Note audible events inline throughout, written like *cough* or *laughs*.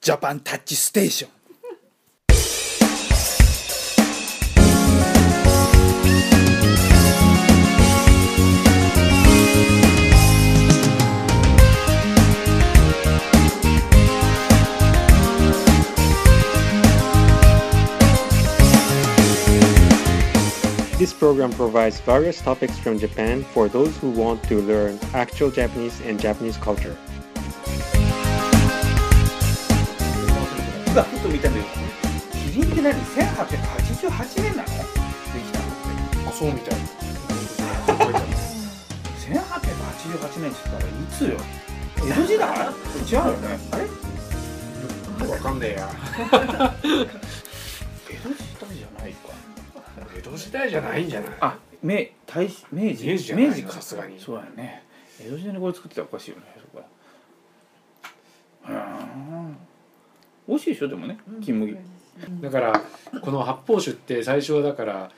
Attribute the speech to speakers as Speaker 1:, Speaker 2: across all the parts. Speaker 1: ジャパンタッチステーション
Speaker 2: This program provides various topics from Japan for those who want to learn actual Japanese and Japanese culture.
Speaker 1: 今ふと見たんだけどキリンって何1888年なのできたのって
Speaker 3: あそうみたい
Speaker 1: 1888年って言ったらいつよ江戸時代違うよねあれ
Speaker 3: わかんねえや
Speaker 1: 江戸時代じゃないか
Speaker 3: 江戸時代じゃないんじゃない
Speaker 1: あ明大正明治
Speaker 3: 明治じゃないな
Speaker 1: か
Speaker 3: さすがに
Speaker 1: そうだよね江戸時代にこれ作ってたらおかしいよねそこはうん美味しいでしょでもね金麦
Speaker 3: だからこの発泡酒って最初はだから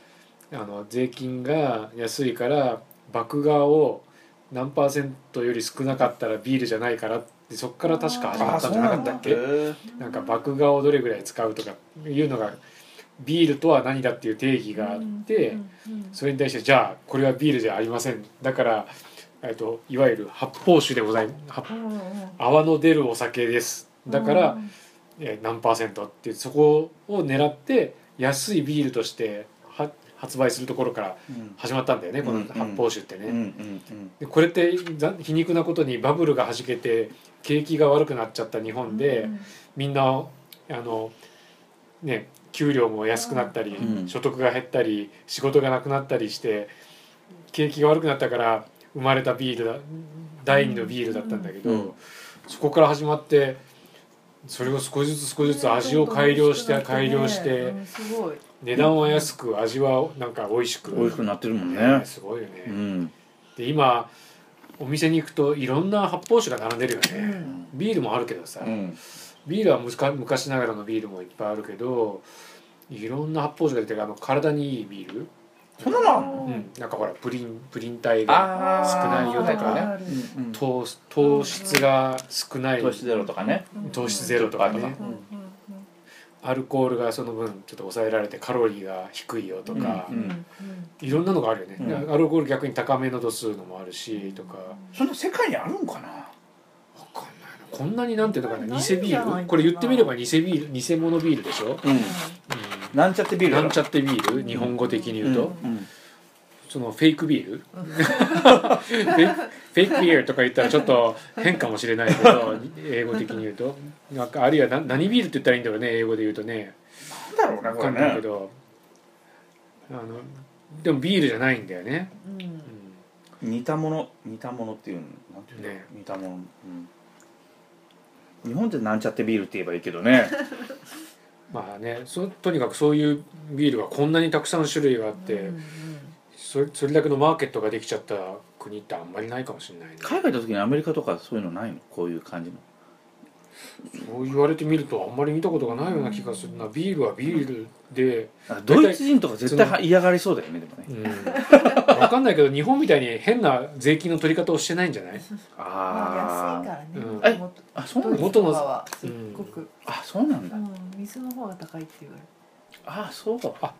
Speaker 3: あの税金が安いから麦芽を何パーセントより少なかったらビールじゃないからってそっから確か始まったんじゃなかったっけなんか麦芽をどれぐらい使うとかいうのがビールとは何だっていう定義があって、それに対してじゃあこれはビールじゃありませんだから、えっと、いわゆる発泡酒でございます泡の出るお酒ですだから、えー何パーセントっていうそこを狙って安いビールとしては発売するところから
Speaker 1: うん
Speaker 3: 始まったんだよねこ
Speaker 1: うんう
Speaker 3: の
Speaker 1: ん
Speaker 3: 発泡酒ってね。
Speaker 1: うんうんうん
Speaker 3: でこれってざ皮肉なことにバブルがはじけて景気が悪くなっちゃった日本で、みんなあのね給料も安くなったり、
Speaker 1: うん
Speaker 3: 所得が減ったり仕事がなくなったりして景気が悪くなったから生まれたビールだ第二のビールだったんだけど、
Speaker 1: うん
Speaker 3: そこから始まってそれを少しずつ少しずつ味を改良して改良して
Speaker 4: すごい
Speaker 3: 値段は安く味はなんか美味しく
Speaker 1: 美味しくなってるもん
Speaker 3: ね
Speaker 1: ね
Speaker 3: すごいよね。
Speaker 1: うん
Speaker 3: で今お店に行くといろんな発泡酒が並んでるよ
Speaker 4: う
Speaker 3: ね、
Speaker 4: ん
Speaker 3: ビールもあるけどさ、
Speaker 1: うん
Speaker 3: ビールはむか昔ながらのビールもいっぱいあるけどいろんな発泡酒が出てるあの体にいいビール、
Speaker 1: そんなのあんの
Speaker 3: うん、なんかほらプリンプリン体が
Speaker 1: あー
Speaker 3: 少ないよとかね
Speaker 1: あるうんうん
Speaker 3: 糖糖質が少ない
Speaker 1: 糖質ゼロとかね
Speaker 3: 糖質ゼロとか
Speaker 1: とか
Speaker 3: ね
Speaker 4: うんうん
Speaker 3: アルコールがその分ちょっと抑えられてカロリーが低いよとか、
Speaker 1: う
Speaker 4: うんん
Speaker 3: いろんなのがあるよね、
Speaker 1: うん
Speaker 3: アルコール逆に高めの度数のもあるしとか
Speaker 1: そんな世界にあるんかな
Speaker 3: わかんないなこんなになんていうのかな
Speaker 4: ないんじ
Speaker 3: 偽ビ
Speaker 4: ゃないかな
Speaker 3: ールこれ言ってみれば偽ビール偽物ビールでしょ、
Speaker 1: うん
Speaker 3: う
Speaker 1: なんちゃってビー
Speaker 3: ん、
Speaker 1: ル
Speaker 3: な
Speaker 1: だろ
Speaker 3: んちゃってビール日本語的に言うと、
Speaker 1: うんうん
Speaker 3: そのフェイクビールフェイクフェイクビールとか言ったらちょっと変かもしれないけど英語的に言うとなんかあるいはな何ビールって言ったらいいんだろうね英語で言うとね
Speaker 1: なんだろうね
Speaker 3: 分
Speaker 1: これ
Speaker 3: かんない
Speaker 1: ね
Speaker 3: けど、あのでもビールじゃないんだよね、
Speaker 4: うんう
Speaker 3: う
Speaker 4: ん
Speaker 1: 似たもの似たものっていうのなんていうの、
Speaker 3: ね
Speaker 1: 似たもの、うん、日本でなんちゃってビールって言えばいいけど *laughs* ね
Speaker 3: んまあねそとにかくそういうビールがこんなにたくさん種類があって、
Speaker 4: うん
Speaker 3: それそれだけのマーケットができちゃった国ってあんまりないかもしれないね
Speaker 1: 海外行った時にアメリカとかそういうのないのこういう感じの
Speaker 3: そう言われてみるとあんまり見たことがないような気がするなビールはビールで、
Speaker 1: あドイツ人とか絶対は嫌がりそうだよねでもね
Speaker 3: うん、分かんないけど日本みたいに変な税金の取り方をしてないんじゃない、
Speaker 4: まあ安い
Speaker 1: あ
Speaker 4: からね
Speaker 3: うん
Speaker 4: 元々
Speaker 1: あそうな
Speaker 4: ドイ
Speaker 1: の
Speaker 4: ツとかはすっごく
Speaker 1: あそうなんだ
Speaker 4: うん水の方が高いって言われて
Speaker 1: あそう
Speaker 3: あ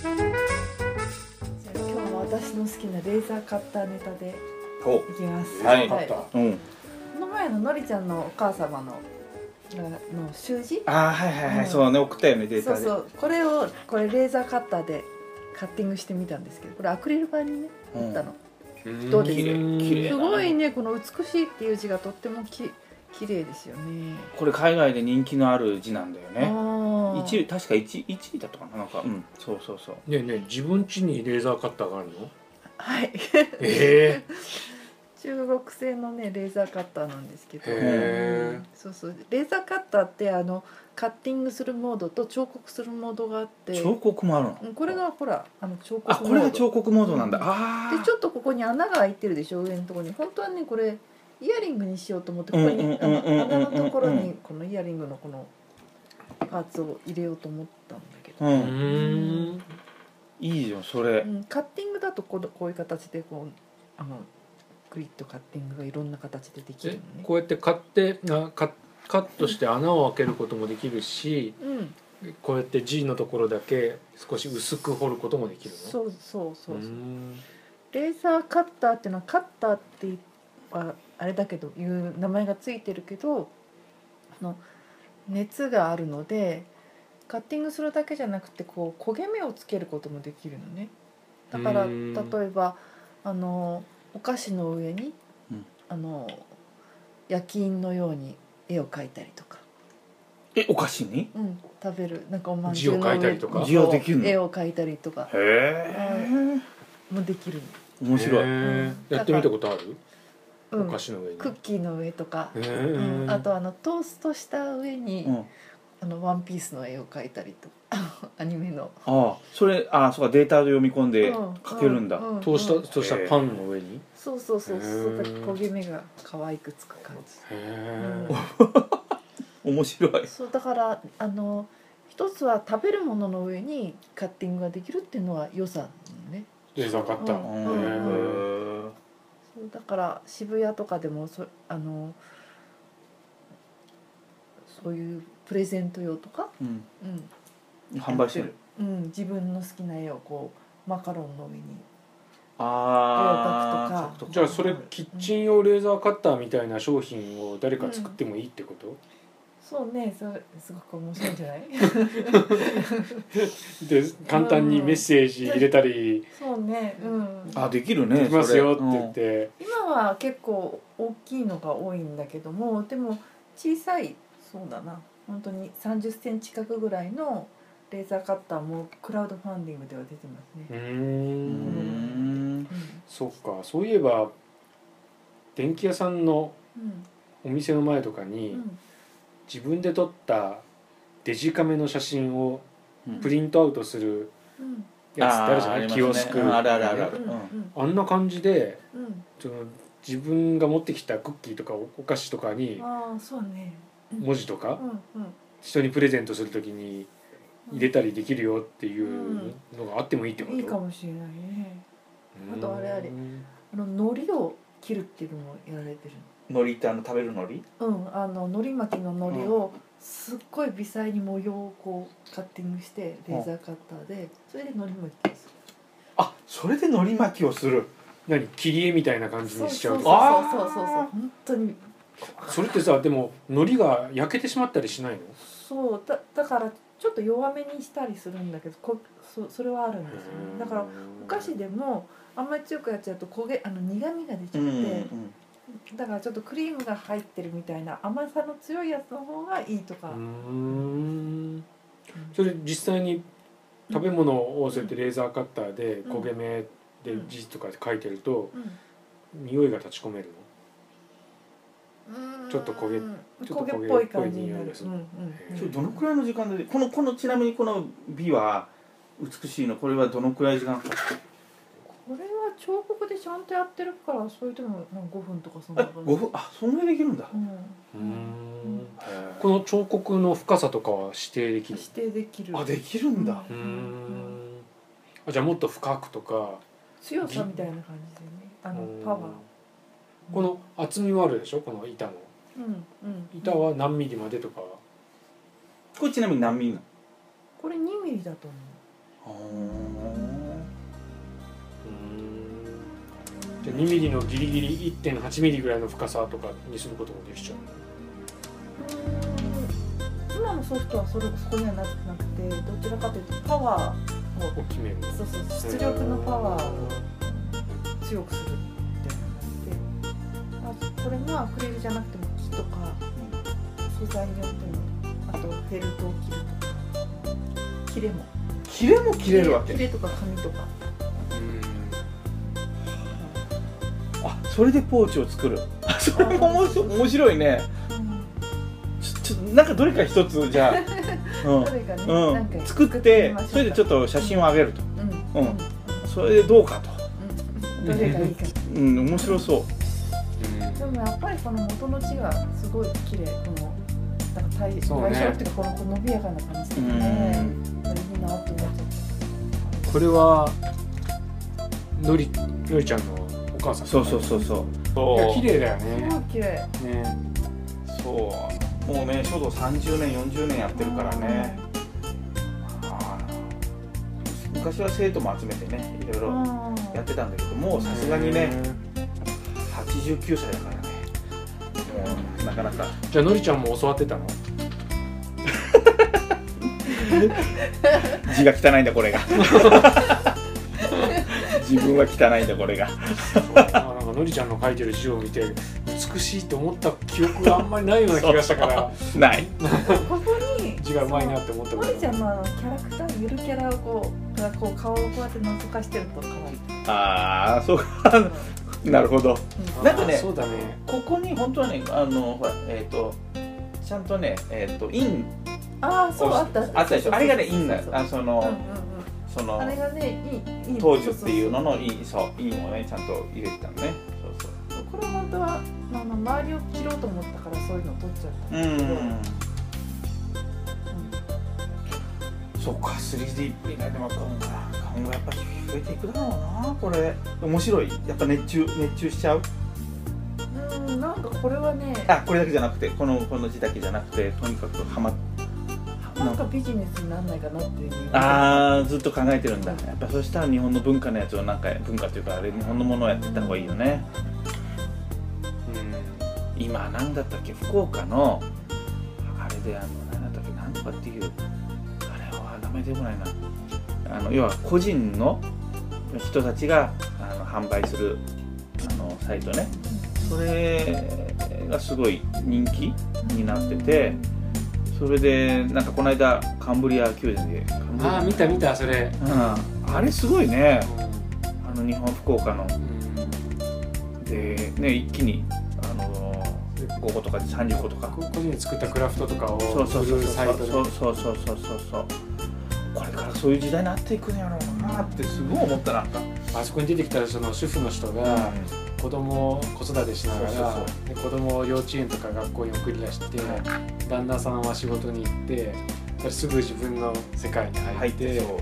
Speaker 4: じゃあ今日は私の好きなレーザーカッターネタで
Speaker 1: お
Speaker 4: いきます
Speaker 1: はい
Speaker 4: こ
Speaker 1: うん
Speaker 4: の前ののりちゃんのお母様のあの習字
Speaker 1: あはいはいはい、
Speaker 4: うん
Speaker 1: そうね送ったよねデー
Speaker 4: そ
Speaker 1: タ
Speaker 4: う
Speaker 1: で
Speaker 4: そうこれをこれレーザーカッターでカッティングしてみたんですけどこれアクリル板にね
Speaker 1: うん
Speaker 4: 打ったの、
Speaker 3: ど
Speaker 4: どうです
Speaker 1: 綺麗綺麗
Speaker 4: すごいねこの「美しい」っていう字がとってもき綺麗ですよね
Speaker 1: これ海外で人気のある字なんだよね
Speaker 4: あ
Speaker 1: 一位確か一一位だったかななんかうんそうそうそう
Speaker 3: ねえねえ自分家にレーザーカッターがあるの
Speaker 4: はい
Speaker 3: え
Speaker 4: 中国製のねレーザーカッターなんですけど
Speaker 3: へー
Speaker 4: うんそうそうレーザーカッターってあのカッティングするモードと彫刻するモードがあって
Speaker 1: 彫刻もあるの
Speaker 4: うんこれがほらあの彫刻
Speaker 1: あこれ
Speaker 4: モ
Speaker 1: が
Speaker 4: ード
Speaker 1: 彫刻モードなんだあ
Speaker 4: で
Speaker 1: あ
Speaker 4: ちょっとここに穴が開いてるでしょ上のところに本当はねこれイヤリングにしようと思ってここ
Speaker 1: うんうん
Speaker 4: にあ
Speaker 1: うんうんうんうん
Speaker 4: の穴のところにこのイヤリングのこのパーツを入れようと思ったんだけど
Speaker 1: う
Speaker 3: ー、うんーん
Speaker 1: いいじゃんそれ
Speaker 4: うん、カッティングだとこのこういう形でこうあのグリッドカッティングがいろんな形でできる
Speaker 3: え
Speaker 4: のね。
Speaker 3: こうやって買ってあカカットして穴を開けることもできるし
Speaker 4: うん、
Speaker 3: こうやって G のところだけ少し薄く掘ることもできるの
Speaker 4: そうそうそうそう、
Speaker 3: ーん
Speaker 4: レーザーカッターっていうのはカッターってはあれだけどいう名前がついてるけどあの熱があるのでカッティングするだけじゃなくてこう焦げ目をつけることもできるのねだから
Speaker 3: うん
Speaker 4: 例えばあのお菓子の上に、
Speaker 1: うん
Speaker 4: あの焼き印のように絵を描いたりとか、
Speaker 1: えお菓子に
Speaker 4: うん、食べるなんかおまんじ
Speaker 3: 字
Speaker 4: ゅう
Speaker 3: を
Speaker 4: の
Speaker 3: 描いたりとか
Speaker 4: 上に
Speaker 1: 字はできるの
Speaker 4: 絵を描いたりとか
Speaker 1: へえ
Speaker 4: もできるの、
Speaker 1: 面白い、
Speaker 3: へーやってみたことある
Speaker 4: う
Speaker 3: お
Speaker 4: ん
Speaker 3: 菓、子の上に
Speaker 4: クッキーの上とか
Speaker 3: へ
Speaker 4: う
Speaker 3: ー
Speaker 4: んあとあのトーストした上に、
Speaker 1: うん、あ
Speaker 4: あのワンピースの絵を描いたりとか *laughs* アニメの、
Speaker 1: あそれああそうかデータで読み込んで
Speaker 4: うん
Speaker 1: 書けるんだ、
Speaker 4: うう
Speaker 3: トース
Speaker 4: う
Speaker 3: ト
Speaker 4: ん
Speaker 3: トースターパンの上に
Speaker 4: そうそうそう
Speaker 3: へ
Speaker 4: そう
Speaker 3: ー
Speaker 4: だから焦げ目が可愛くつく感
Speaker 3: へ
Speaker 4: じ、う
Speaker 3: え
Speaker 4: ん、
Speaker 1: 面白い
Speaker 4: そうだからあの一つは食べるものの上にカッティングができるっていうのは良さなのね
Speaker 3: レーザーカッタ
Speaker 1: う
Speaker 3: ー
Speaker 4: うん
Speaker 1: ん
Speaker 4: う
Speaker 1: へ
Speaker 4: そうだから渋谷とかでもそあのそういうプレゼント用とか、
Speaker 1: え
Speaker 4: うん、
Speaker 1: うん販売してる
Speaker 4: うん、自分の好きな絵をこうマカロンの上に
Speaker 1: あ
Speaker 4: 絵を描
Speaker 1: あ
Speaker 4: くとか
Speaker 3: じゃあそれキッチン用レーザーカッターみたいな商品を誰か作ってもいいってこと、
Speaker 4: そうねそれすごく面白いんじゃない *laughs*
Speaker 3: で簡単にメッセージ入れたり
Speaker 4: そうねうん
Speaker 1: あできる
Speaker 3: 「
Speaker 1: ね
Speaker 3: できますよ」って
Speaker 1: それ
Speaker 3: 言って、
Speaker 4: 今は結構大きいのが多いんだけどもでも小さいそうだな本当に3 0センチ角ぐらいのレーザーカッターもクラウドファンディングでは出てますね、
Speaker 3: うー
Speaker 1: うん
Speaker 3: ん
Speaker 1: うん
Speaker 3: そっかそういえば電気屋さんの
Speaker 4: うん
Speaker 3: お店の前とか
Speaker 4: う
Speaker 3: に、
Speaker 4: ん
Speaker 3: 自分で撮ったデジカメの写真を
Speaker 1: うん
Speaker 3: プリントアウトする
Speaker 4: うん
Speaker 3: やつってあるじゃない、
Speaker 1: あーありますね
Speaker 3: キオスク、
Speaker 1: うんあるあるあるあ
Speaker 4: う
Speaker 1: る
Speaker 4: んうん
Speaker 3: あんな感じで
Speaker 4: うん
Speaker 3: その自分が持ってきたクッキーとかおお菓子とかに
Speaker 4: ああそうね
Speaker 3: 文字と
Speaker 4: う
Speaker 3: か
Speaker 4: んうん
Speaker 3: 人にプレゼントするときに入れたりできるよっていうのがあってもいいってこと
Speaker 4: いいかもしれないね
Speaker 3: うーん
Speaker 4: あとあれあれあの海苔を切るっていうのもやられてる
Speaker 1: 海苔ってあの食べる海苔
Speaker 4: のうんあの海苔巻きの海苔をすっごい微細に模様をこうカッティングしてレーザーカッターでそれで海苔巻きです
Speaker 1: あそれで海苔巻きをする
Speaker 3: 何切り絵みたいな感じ
Speaker 4: そう
Speaker 3: にしちゃ
Speaker 4: そううそうそうそう
Speaker 3: と
Speaker 4: そう
Speaker 1: あ
Speaker 4: 本当に
Speaker 3: それってさでも海苔が焼けてしまったりしないの
Speaker 4: そうだだからちょっと弱めにしたりするんだけどこそそれはあるんですよねだからお菓子でもあんまり強くやっちゃうと焦げあの苦みが出ちゃって、だからちょっとクリームが入ってるみたいな甘さの強いやつの方がいいとか、
Speaker 3: うーんそれ実際に食べ物をそうやってレーザーカッターで
Speaker 4: うん
Speaker 3: 焦げ目で
Speaker 4: うん
Speaker 3: 字とかで書いてると
Speaker 4: うん
Speaker 3: 匂いが立ち込めるのちょっと焦げちょっと焦
Speaker 4: 焦
Speaker 3: げ
Speaker 4: げっぽい感じにな
Speaker 3: っぽい匂い
Speaker 4: る
Speaker 3: がする
Speaker 4: うんうんうん
Speaker 1: それどのくらいの時間でこのこのちなみにこの美は美しいのこれはどのくらい時間
Speaker 4: これは彫刻でちゃんとやってるからそれでもなんか5分とかそん
Speaker 1: え
Speaker 4: な感じ
Speaker 1: 5分あそんぐらいできるんだ
Speaker 4: う、
Speaker 3: うんんこ
Speaker 1: こ
Speaker 3: の彫刻の深さとかは指定できる
Speaker 4: 指定できる
Speaker 1: のあできるんだ
Speaker 3: うー
Speaker 4: うん
Speaker 3: んあじゃあもっと深くとか
Speaker 4: 強さみたいな感じでねあの
Speaker 3: うん
Speaker 4: パワー
Speaker 3: この厚みはあるでしょこの板の
Speaker 4: うんうん
Speaker 3: 板は何ミリまでとか
Speaker 1: これちなみに何ミリなの
Speaker 4: これ2ミリだと思
Speaker 3: じゃあ2ミリのギリギリ1.8ミリぐらいの深さとかにすることもできちゃう
Speaker 4: う今のソフトはそれそこにはなってなくてどちらかというとパワー
Speaker 3: 大きめの
Speaker 4: そうそう出力のパワーを強くするっていうのがあってあこれもアクリルじゃなくても木とか素材によってもあとフェルトを切るとか切れも
Speaker 1: 切れも切れるわ
Speaker 4: 切
Speaker 1: け
Speaker 4: れとか紙とか
Speaker 1: あそれでポーチを作るあそれも面白い面白いねちょちょなんかどれか一つじゃ *laughs* あうん
Speaker 4: それがね、
Speaker 1: う
Speaker 4: なん
Speaker 1: ん、
Speaker 4: か
Speaker 1: 作って
Speaker 4: みましょうか
Speaker 1: それでちょっと写真を上げると
Speaker 4: うん
Speaker 1: うんそれでどうかと
Speaker 4: うんどれがいいか
Speaker 1: うん面白そう
Speaker 4: でもやっぱりこの元の字がすごい綺麗このなんか対対
Speaker 3: そうね
Speaker 4: 称っていうかこのこう伸びやかな感じでねこれいいなって思っちゃった
Speaker 3: これはのりのりちゃんのお母さん
Speaker 1: そうそうそうそう
Speaker 3: いや
Speaker 1: そ
Speaker 3: 綺麗だよ
Speaker 4: す
Speaker 3: ね
Speaker 4: ごい綺麗
Speaker 3: ね
Speaker 1: うそうもうね書道30年40年やってるからねあー昔は生徒も集めてねいろい
Speaker 4: うん
Speaker 1: ろやってたんだけどもうさすがにね89歳だからねもうなかなか
Speaker 3: じゃあのりちゃんも教わってたの
Speaker 1: 字が汚いんだこ *laughs* れが自分は汚いんだこれが
Speaker 3: あなんかのりちゃんの書いてる字を見て美しいと思った記憶があんまりないような気がし
Speaker 1: *laughs*
Speaker 3: たから
Speaker 1: ない
Speaker 4: ここに
Speaker 3: 字がうまいなって思った
Speaker 4: そ
Speaker 3: こ
Speaker 4: の
Speaker 3: と
Speaker 4: マリちゃんのあのキャラクターゆるキャラをこうがこう顔をこうやってのぞかしてるとかわいい
Speaker 1: ああそうかなるほどなんかね
Speaker 3: あーそうだね
Speaker 1: ここに本当はねあのほらえっ、とちゃんとねえっ、とイン
Speaker 4: ああそうあった
Speaker 1: あったでしょあれがねインな
Speaker 4: だ
Speaker 1: んあそ
Speaker 4: うんうん
Speaker 1: の、
Speaker 4: うん
Speaker 1: その
Speaker 4: あれがねいいいい
Speaker 1: 当時っていうの
Speaker 4: そ
Speaker 1: のインそうインをねちゃんと入れてたのねそうそう
Speaker 4: そうそうこれは本当は、まあ、まあ周りを切ろうと思ったからそういうの取っちゃった
Speaker 1: う
Speaker 4: うん
Speaker 1: んそっか 3D プリンターでも今後は今後やっぱり増えていくだろうなこれ面白いやっぱ熱中熱中しちゃう
Speaker 4: うん、うん、なんかこれはね
Speaker 1: あこれだけじゃなくてこのこの字だけじゃなくてとにかくハマっ
Speaker 4: なんかビジネスにならないかなっていう
Speaker 1: あーずっと考えてるんだやっぱそしたら日本の文化のやつをなんか文化というかあれ日本のものをやってった方がいいよね
Speaker 3: うん
Speaker 1: 今何だったっけ福岡のあれであの何だったっけなんとかっていうあれは名前出てこないなあの要は個人の人たちがあの販売するあのサイトねそれがすごい人気になっててそれでなんかこの間カンブリア宮殿でカンブリア
Speaker 3: あー見た見たそれ
Speaker 1: うん、あれすごいねあの日本福岡のでね一気にあの5個とか30個とか
Speaker 3: こ個人で作ったクラフトとかを
Speaker 1: そうそう
Speaker 3: 売
Speaker 1: そう
Speaker 3: るサイ
Speaker 1: そう
Speaker 3: トで
Speaker 1: そうそうそうそうそうそうこれからそういう時代になっていくんやろうなってすごい思ったなんか、
Speaker 3: あそこに出てきたその主婦の人が子供を子育てしながら
Speaker 1: そうそう
Speaker 3: で子供を幼稚園とか学校に送り出して、旦那さんは仕事に行ってそれすぐ自分の世界に
Speaker 1: 入
Speaker 3: 入
Speaker 1: っ
Speaker 3: って
Speaker 1: てそ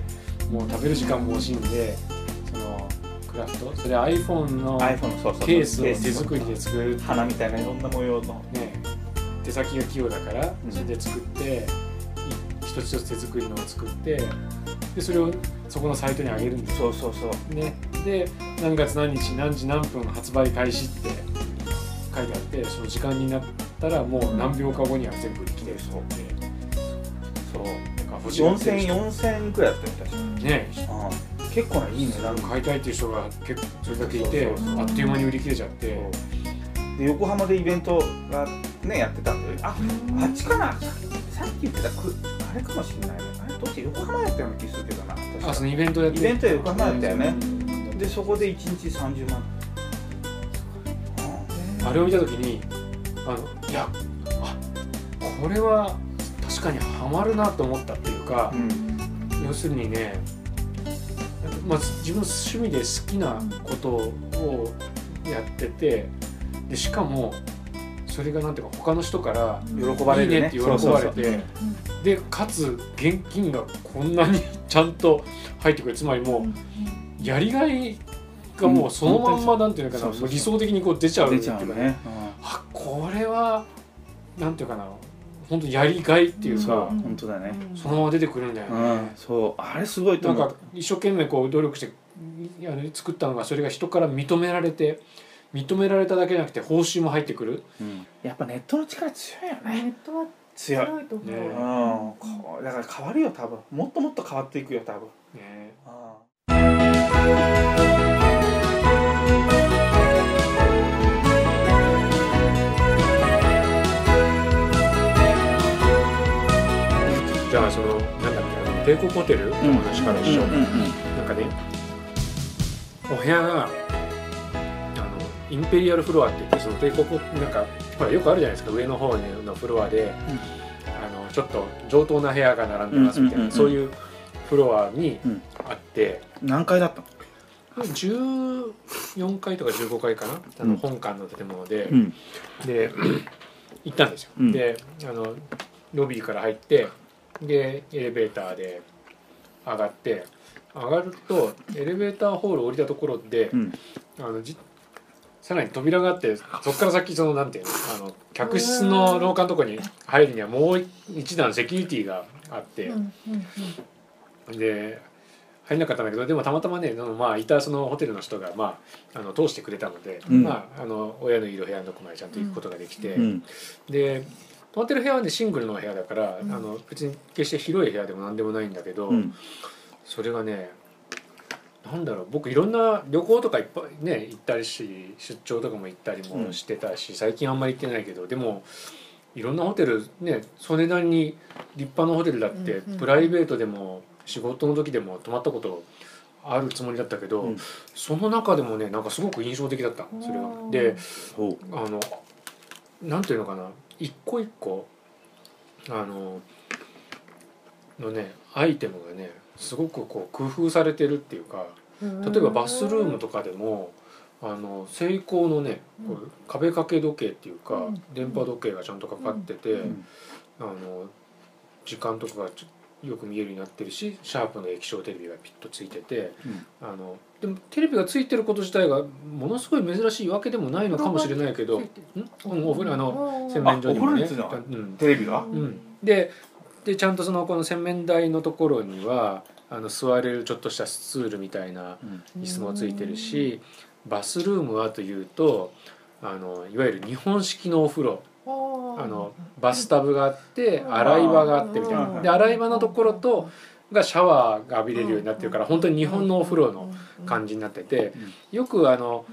Speaker 1: う
Speaker 3: もう食べる時間も惜しんでそのクラフトそれ iPhone の
Speaker 1: iPhone のそうそう
Speaker 3: ケースを手作りで
Speaker 1: す
Speaker 3: 作る
Speaker 1: 花みたいないろんな模様の
Speaker 3: ね手先が器用だから
Speaker 1: うん
Speaker 3: それで作って、い一つ一つ手作りのを作ってでそれをそこのサイトに上げるんです
Speaker 1: そうそうそう
Speaker 3: ねで何月何日何時何分発売開始って書いてあってその時間になったらもう何秒か後には全部来てるそうでそうなんか欲しいなっていう
Speaker 1: 4000
Speaker 3: 人
Speaker 1: 4 0いくらやったみたいな、
Speaker 3: ね
Speaker 1: うん、結構ないい値段
Speaker 3: 買いたいっていう人が結構それだけいて
Speaker 1: そう
Speaker 4: そうそう
Speaker 3: あっという間に売り切れちゃって
Speaker 1: で横浜でイベントがねやってたんでああっちかなささっき言ってたくあれかもしれないねあれどっち横浜やったような気するけどな確か
Speaker 3: あそのイベントやって
Speaker 1: イベントや横浜だったよね
Speaker 3: うん
Speaker 1: でそこで1日30万
Speaker 3: あれを見た時にあのいやあこれは確かにハマるなと思ったっていうか
Speaker 1: う、ん
Speaker 3: 要するにね、まあ、自分の趣味で好きなことをやっててでしかもそれがなんていうか他の人から
Speaker 1: 喜ば
Speaker 3: 「い
Speaker 1: れる
Speaker 3: いね」
Speaker 1: ね
Speaker 3: って喜ばれて
Speaker 1: そうそうそう
Speaker 3: でかつ現金がこんなにちゃんと入ってくるつまりもうやりがいがもうそのまんまなんていうのかな、
Speaker 1: そうそうそう
Speaker 3: 理想的にこう出ちゃう
Speaker 1: 出ちゃ
Speaker 3: って
Speaker 1: う
Speaker 3: いうか
Speaker 1: ね、
Speaker 3: あこれはなんていうかな本当やりがいっていうか、
Speaker 1: 本当だね
Speaker 3: そのまま出てくるんだよ
Speaker 1: う
Speaker 3: ね。
Speaker 1: ん、そうあれすごいと
Speaker 3: なん
Speaker 1: 思っ
Speaker 3: か一生懸命こう努力してあの作ったのがそれが人から認められて認められただけじゃなくて報酬も入ってくる
Speaker 1: た、うんやっぱネットの力強いよ
Speaker 4: ネ
Speaker 1: ね
Speaker 4: ットは
Speaker 1: 強い、うん、
Speaker 4: 強いと思う、
Speaker 3: ね
Speaker 1: こうだから変わるよ多分もっともっと変わっていくよ多分
Speaker 3: ねじゃあそのなんだっけあの帝国ホテルの話からしよう、
Speaker 1: うんうんうん
Speaker 3: なんかねお部屋があのインペリアルフロアって言ってその帝国なんかほらよくあるじゃないですか上の方のフロアで、あのちょっと上等な部屋が並んでますみたいな、
Speaker 1: うんうんうんうん
Speaker 3: そういうフロアに
Speaker 1: うん
Speaker 3: あって、
Speaker 1: 何階だったの
Speaker 3: 14階とか15階かな、あ
Speaker 1: うん
Speaker 3: の本館の建物で、
Speaker 1: ん
Speaker 3: で *clears throat* 行ったんですよ、
Speaker 1: うん
Speaker 3: であのロビーから入ってでエレベーターで上がって上がるとエレベーターホール降りたところで
Speaker 1: うん
Speaker 3: あのじさらに扉があってそこから先そのなんていうのあの客室の廊下のとこに入るにはもう一段セキュリティがあって、
Speaker 4: うんうん
Speaker 3: で入んなかったんだけどでもたまたまねあのまあいたそのホテルの人が、まあ、あの通してくれたので、
Speaker 1: うん
Speaker 3: まあ、あの親のいる部屋のとこまでちゃんと行くことができて、
Speaker 1: うん
Speaker 3: で泊まってる部屋はねシングルの部屋だから、
Speaker 4: うん
Speaker 3: あの別に決して広い部屋でも何でもないんだけど、
Speaker 1: うん
Speaker 3: それがねなんだろう僕いろんな旅行とかいっぱいね行ったりし出張とかも行ったりもしてたし、最近あんまり行ってないけどでもいろんなホテルねそれなりに立派なホテルだって、
Speaker 4: うんうん
Speaker 3: プライベートでも仕事の時でも泊まったことあるつもりだったけど、
Speaker 1: うん
Speaker 3: その中でもねなんかすごく印象的だった
Speaker 4: うん
Speaker 3: それが
Speaker 4: あ。ー
Speaker 3: で
Speaker 1: ほう
Speaker 3: あのなんていうのかな一個一個あののねアイテムがねすごくこう工夫されてるっていうか例えばバスルームとかでもあのセイコーのねこう壁掛け時計っていうか、
Speaker 4: うん
Speaker 3: 電波時計がちゃんとかかってて、
Speaker 1: ん
Speaker 3: あの時間とかがちょよく見えるようになってるしシャープの液晶テレビがピッとついてて、あのでもテレビがついてること自体がものすごい珍しいわけでもないのかもしれないけど、うんうん、お風呂あの
Speaker 4: の
Speaker 3: 洗面所にもね
Speaker 1: あお風呂についてたの
Speaker 3: うん
Speaker 1: テレビが
Speaker 3: うん、ででちゃんとそのこの洗面台のところにはあの座れるちょっとしたスツールみたいな椅子もついてるしバスルームはというとあのいわゆる日本式のお風呂
Speaker 4: あー
Speaker 3: あのバスタブがあって
Speaker 4: うん
Speaker 3: 洗い場があってみたい
Speaker 1: うん
Speaker 3: なで洗い場のところとがシャワーが浴びれるようになってるから本当に日本のお風呂の感
Speaker 4: じ
Speaker 3: じになっててよくあの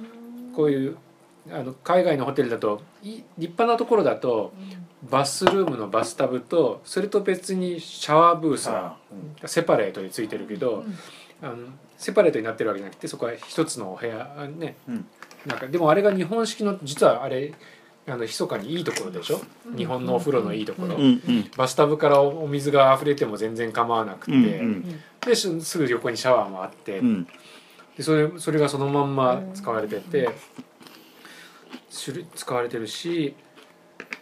Speaker 3: こういうあの海外のホテルだとい立派なところだとバスルームのバスタブとそれと別にシャワーブースが
Speaker 1: さあ、うん
Speaker 3: セパレートについてるけどあのセパレートになってるわけじゃなくてそこは一つのお部屋あね、
Speaker 1: うん
Speaker 3: なんかでもあれが日本式の実はあれあの密かにいいところでしょ日本のお風呂のいいところ
Speaker 1: うんうん
Speaker 3: バスタブからおお水が溢れても全然構わなくて、
Speaker 1: うんうん
Speaker 3: ですすぐ横にシャワーもあって、
Speaker 1: うん
Speaker 3: でそれそれがそのまんま使われてて、種類使われてるし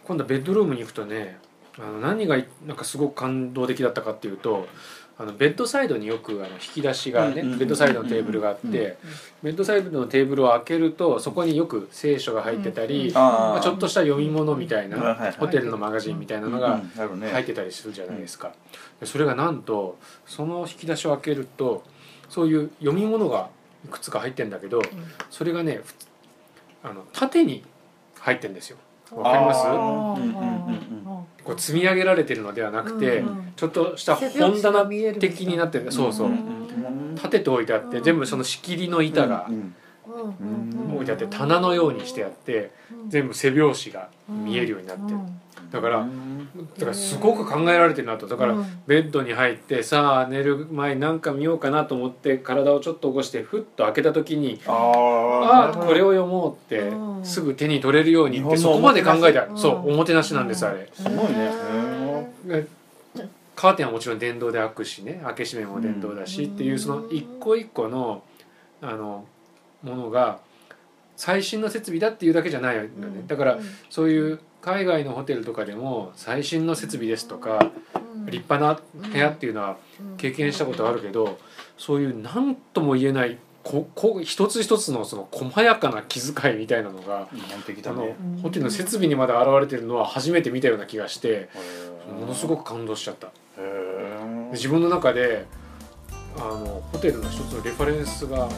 Speaker 3: 今度はベッドルームに行くとねあの何がいなんかすごく感動的だったかっていうとあのベッドサイドによくあの引き出しがね、
Speaker 1: うんうんうん
Speaker 3: ベッドサイドのテーブルがあって、
Speaker 4: うん
Speaker 3: ベッドサイドのテーブルを開けるとそこによく聖書が入ってたり、
Speaker 4: うん
Speaker 1: あ
Speaker 3: ま
Speaker 1: あ
Speaker 3: あ、ちょっとした読み物みたいな、
Speaker 1: はいはい
Speaker 3: ホテルのマガジンみたいなの
Speaker 1: う
Speaker 3: が
Speaker 1: んあるね
Speaker 3: 入ってたりするじゃないですか、でそれがなんとその引き出しを開けるとそういう読み物がいくつか入ってんだけどそれがねふつあの縦に入ってんですよわかります
Speaker 1: あー
Speaker 3: こう積み上げられてるのではなくて、
Speaker 1: うん
Speaker 3: ちょっとした本棚的になってるそうそう、
Speaker 1: うんうん
Speaker 3: 立てて置いてあって全部その仕切りの板が
Speaker 1: うんうん
Speaker 3: 置いてあって棚のようにしてあって全部背拍子が見えるようになってるだから
Speaker 1: うん
Speaker 3: だからすごく考えられてるなとだからベッドに入ってさあ寝る前なんか見ようかなと思って体をちょっと起こしてふっと開けた時に
Speaker 1: あ
Speaker 3: ああ
Speaker 1: あ
Speaker 3: これを読もうって
Speaker 4: うん
Speaker 3: すぐ手に取れるようにっ
Speaker 1: 日
Speaker 3: てそ
Speaker 1: 本の
Speaker 3: こまで考えた
Speaker 4: おもてなし
Speaker 3: そう
Speaker 4: う
Speaker 3: おもてなしな
Speaker 4: ん
Speaker 3: んですあれ
Speaker 1: すごいねへ
Speaker 3: でカーテンはもちろん電動で開くしね開け閉めも電動だしっていううんその一個一個のあのものが最新の設備だっていうだけじゃないのねだからそういう海外のホテルとかでも最新の設備ですとか立派な部屋っていうのは経験したことあるけどそういう何とも言えないここ一つ一つのその細やかな気遣いみたいなのが
Speaker 1: 日本的
Speaker 3: あ
Speaker 1: だ
Speaker 3: の、
Speaker 1: ね
Speaker 4: うん
Speaker 3: ホテルの設備にまで現れてるのは初めて見たような気がしてものすご
Speaker 1: く
Speaker 3: く感動しちゃったで
Speaker 1: へえ
Speaker 3: 自分の中であのホテルの一つのレファレンスが